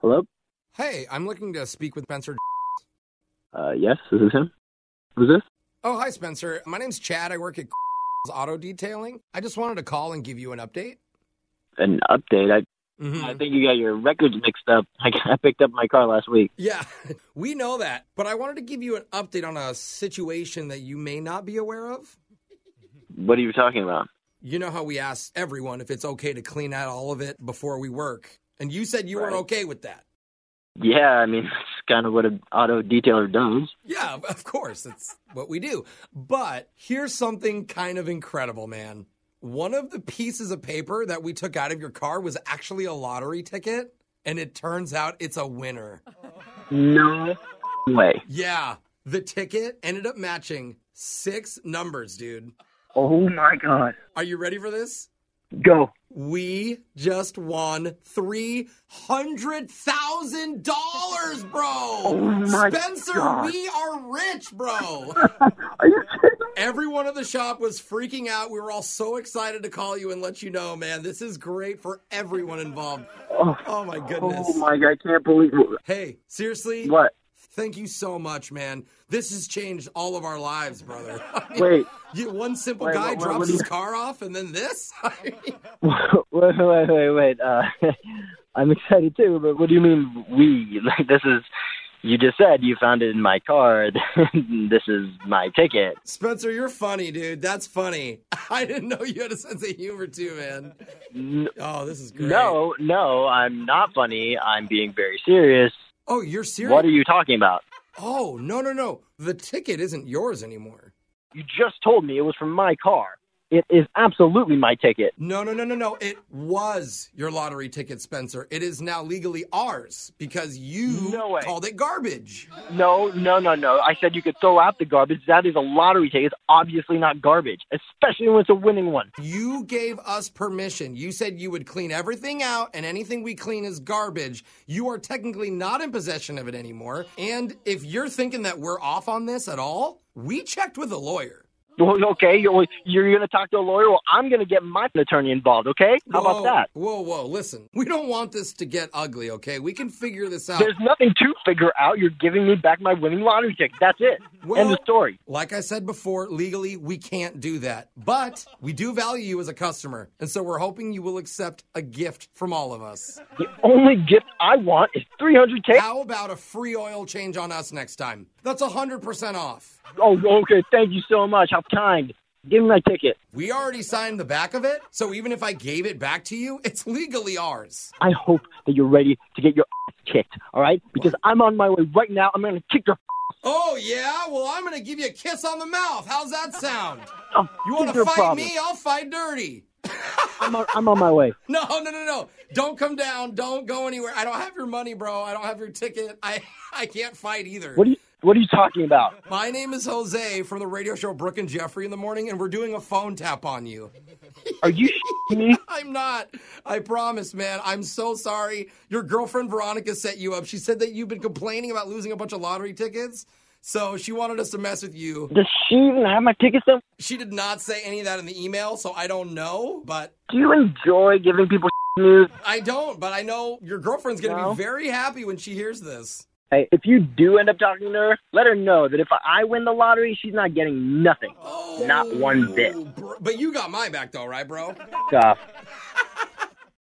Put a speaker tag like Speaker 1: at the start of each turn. Speaker 1: Hello?
Speaker 2: Hey, I'm looking to speak with Spencer.
Speaker 1: Uh, yes, this is him. Who's this?
Speaker 2: Oh, hi, Spencer. My name's Chad. I work at Auto Detailing. I just wanted to call and give you an update.
Speaker 1: An update. I,
Speaker 2: Mhm.
Speaker 1: I think you got your records mixed up. I, I picked up my car last week.
Speaker 2: Yeah, we know that. But I wanted to give you an update on a situation that you may not be aware of.
Speaker 1: What are you talking about?
Speaker 2: You know how we asked everyone if it's okay to clean out all of it before we work. And you said you weren't
Speaker 1: Right.
Speaker 2: okay with that.
Speaker 1: Yeah, I mean, that's kind of what an auto detailer does.
Speaker 2: Yeah, of course. That's what we do. But here's something kind of incredible, man. One of the pieces of paper that we took out of your car was actually a lottery ticket, and it turns out it's a winner.
Speaker 1: No way.
Speaker 2: Yeah, the ticket ended up matching six numbers, dude.
Speaker 1: Oh my god.
Speaker 2: Are you ready for this?
Speaker 1: Go.
Speaker 2: We just won three hundred thousand dollars, bro.
Speaker 1: Oh my
Speaker 2: Spencer,
Speaker 1: God.
Speaker 2: we are rich, bro.
Speaker 1: Are you kidding?
Speaker 2: Everyone at the shop was freaking out. We were all so excited to call you and let you know, man. This is great for everyone involved.
Speaker 1: Oh,
Speaker 2: Oh my goodness.
Speaker 1: oh my god, I can't believe
Speaker 2: Hey, seriously?
Speaker 1: What?
Speaker 2: Thank you so much, man. This has changed all of our lives, brother.
Speaker 1: Wait.
Speaker 2: You, one simple
Speaker 1: Wait,
Speaker 2: guy
Speaker 1: what- what-
Speaker 2: drops
Speaker 1: what do
Speaker 2: his
Speaker 1: you-
Speaker 2: car off, and then this.
Speaker 1: wait, wait, wait, wait. Uh, I'm excited too, but what do you mean we? Like this is you just said you found it in my car. this is my ticket.
Speaker 2: Spencer, you're funny, dude. That's funny. I didn't know you had a sense of humor too, man.
Speaker 1: N-
Speaker 2: Oh, this is great.
Speaker 1: no, no, I'm not funny. I'm being very serious.
Speaker 2: Oh, you're serious?
Speaker 1: What are you talking about?
Speaker 2: oh, no, no, no. The ticket isn't yours anymore.
Speaker 1: You just told me it was from my car. It is absolutely my ticket.
Speaker 2: No, no, no, no, no. It was your lottery ticket, Spencer. It is now legally ours because you
Speaker 1: No way.
Speaker 2: called it garbage.
Speaker 1: No, no, no, no. I said you could throw out the garbage. That is a lottery ticket. It's obviously not garbage, especially when it's a winning one.
Speaker 2: You gave us permission. You said you would clean everything out, and anything we clean is garbage. You are technically not in possession of it anymore. And if you're thinking that we're off on this at all, we checked with a lawyer.
Speaker 1: Well, okay, you're, you're going to talk to a lawyer. Well, I'm going to get my attorney involved, okay? How
Speaker 2: Whoa,
Speaker 1: about that?
Speaker 2: Whoa, whoa, listen. We don't want this to get ugly, okay? We can figure this out.
Speaker 1: There's nothing to figure out. You're giving me back my winning lottery ticket. That's it. End
Speaker 2: Well-
Speaker 1: of story.
Speaker 2: Like I said before, legally, we can't do that. But we do value you as a customer. And so we're hoping you will accept a gift from all of us.
Speaker 1: The only gift I want is 300K.
Speaker 2: How about a free oil change on us next time? That's 100% off.
Speaker 1: Oh, okay. Thank you so much. How kind. Give me my ticket.
Speaker 2: We already signed the back of it. So even if I gave it back to you, it's legally ours.
Speaker 1: I hope that you're ready to get your ass kicked, all right? Because I'm on my way right now. I'm going to kick your
Speaker 2: Oh, yeah? Well, I'm going to give you a kiss on the mouth. How's that sound?
Speaker 1: Oh,
Speaker 2: You want
Speaker 1: kick
Speaker 2: to
Speaker 1: your
Speaker 2: fight
Speaker 1: problem.
Speaker 2: me? I'll fight dirty.
Speaker 1: I'm on, I'm on my way.
Speaker 2: No, no, no, no. Don't come down. Don't go anywhere. I don't have your money, bro. I don't have your ticket. I, I can't fight either.
Speaker 1: What are you, what are you talking about?
Speaker 2: My name is Jose from the radio show Brooke and Jeffrey in the morning, and we're doing a phone tap on you.
Speaker 1: Are you shitting me?
Speaker 2: I'm not. I promise, man. I'm so sorry. Your girlfriend Veronica set you up. She said that you've been complaining about losing a bunch of lottery tickets. So she wanted us to mess with you.
Speaker 1: Does she even have my ticket still?
Speaker 2: She did not say any of that in the email, so I don't know, but
Speaker 1: Do you enjoy giving people news?
Speaker 2: I don't. But I know your girlfriend's going to
Speaker 1: No.
Speaker 2: be very happy when she hears this.
Speaker 1: Hey, if you do end up talking to her, let her know that if I win the lottery, she's not getting nothing.
Speaker 2: Oh,
Speaker 1: Not one bit.
Speaker 2: bro- But you got my back, though, right, bro?
Speaker 1: Off.